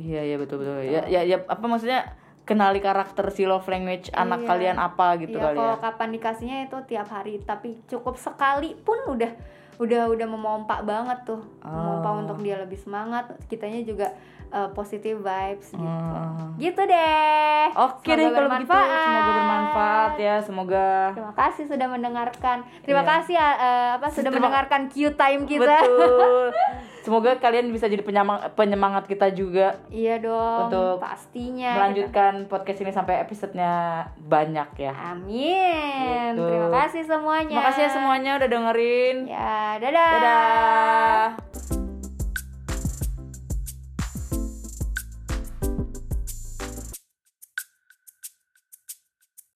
Speaker 1: Iya iya betul betul. Ya ya ya apa maksudnya kenali karakter si love language anak
Speaker 2: Iya.
Speaker 1: kalian apa gitu
Speaker 2: Iya,
Speaker 1: kali ya.
Speaker 2: kalau kapan dikasihnya itu tiap hari tapi cukup sekali pun udah udah udah memompa banget tuh memompa
Speaker 1: Oh.
Speaker 2: untuk dia lebih semangat kitanya juga eh, positive vibes gitu.
Speaker 1: Hmm.
Speaker 2: gitu deh
Speaker 1: Oke
Speaker 2: Semoga
Speaker 1: deh kalau begitu semoga bermanfaat ya semoga
Speaker 2: terima kasih sudah mendengarkan terima
Speaker 1: Iya.
Speaker 2: kasih ya, eh, apa sudah
Speaker 1: Terima-
Speaker 2: mendengarkan Q time kita
Speaker 1: betul semoga kalian bisa jadi penyamang- penyemangat kita juga
Speaker 2: iya dong
Speaker 1: Untuk
Speaker 2: pastinya
Speaker 1: melanjutkan podcast ini sampai episodenya banyak ya.
Speaker 2: amin
Speaker 1: Gitu. ya
Speaker 2: terima kasih semuanya
Speaker 1: Makasih ya semuanya udah dengerin.
Speaker 2: ya dadah
Speaker 1: Dadah.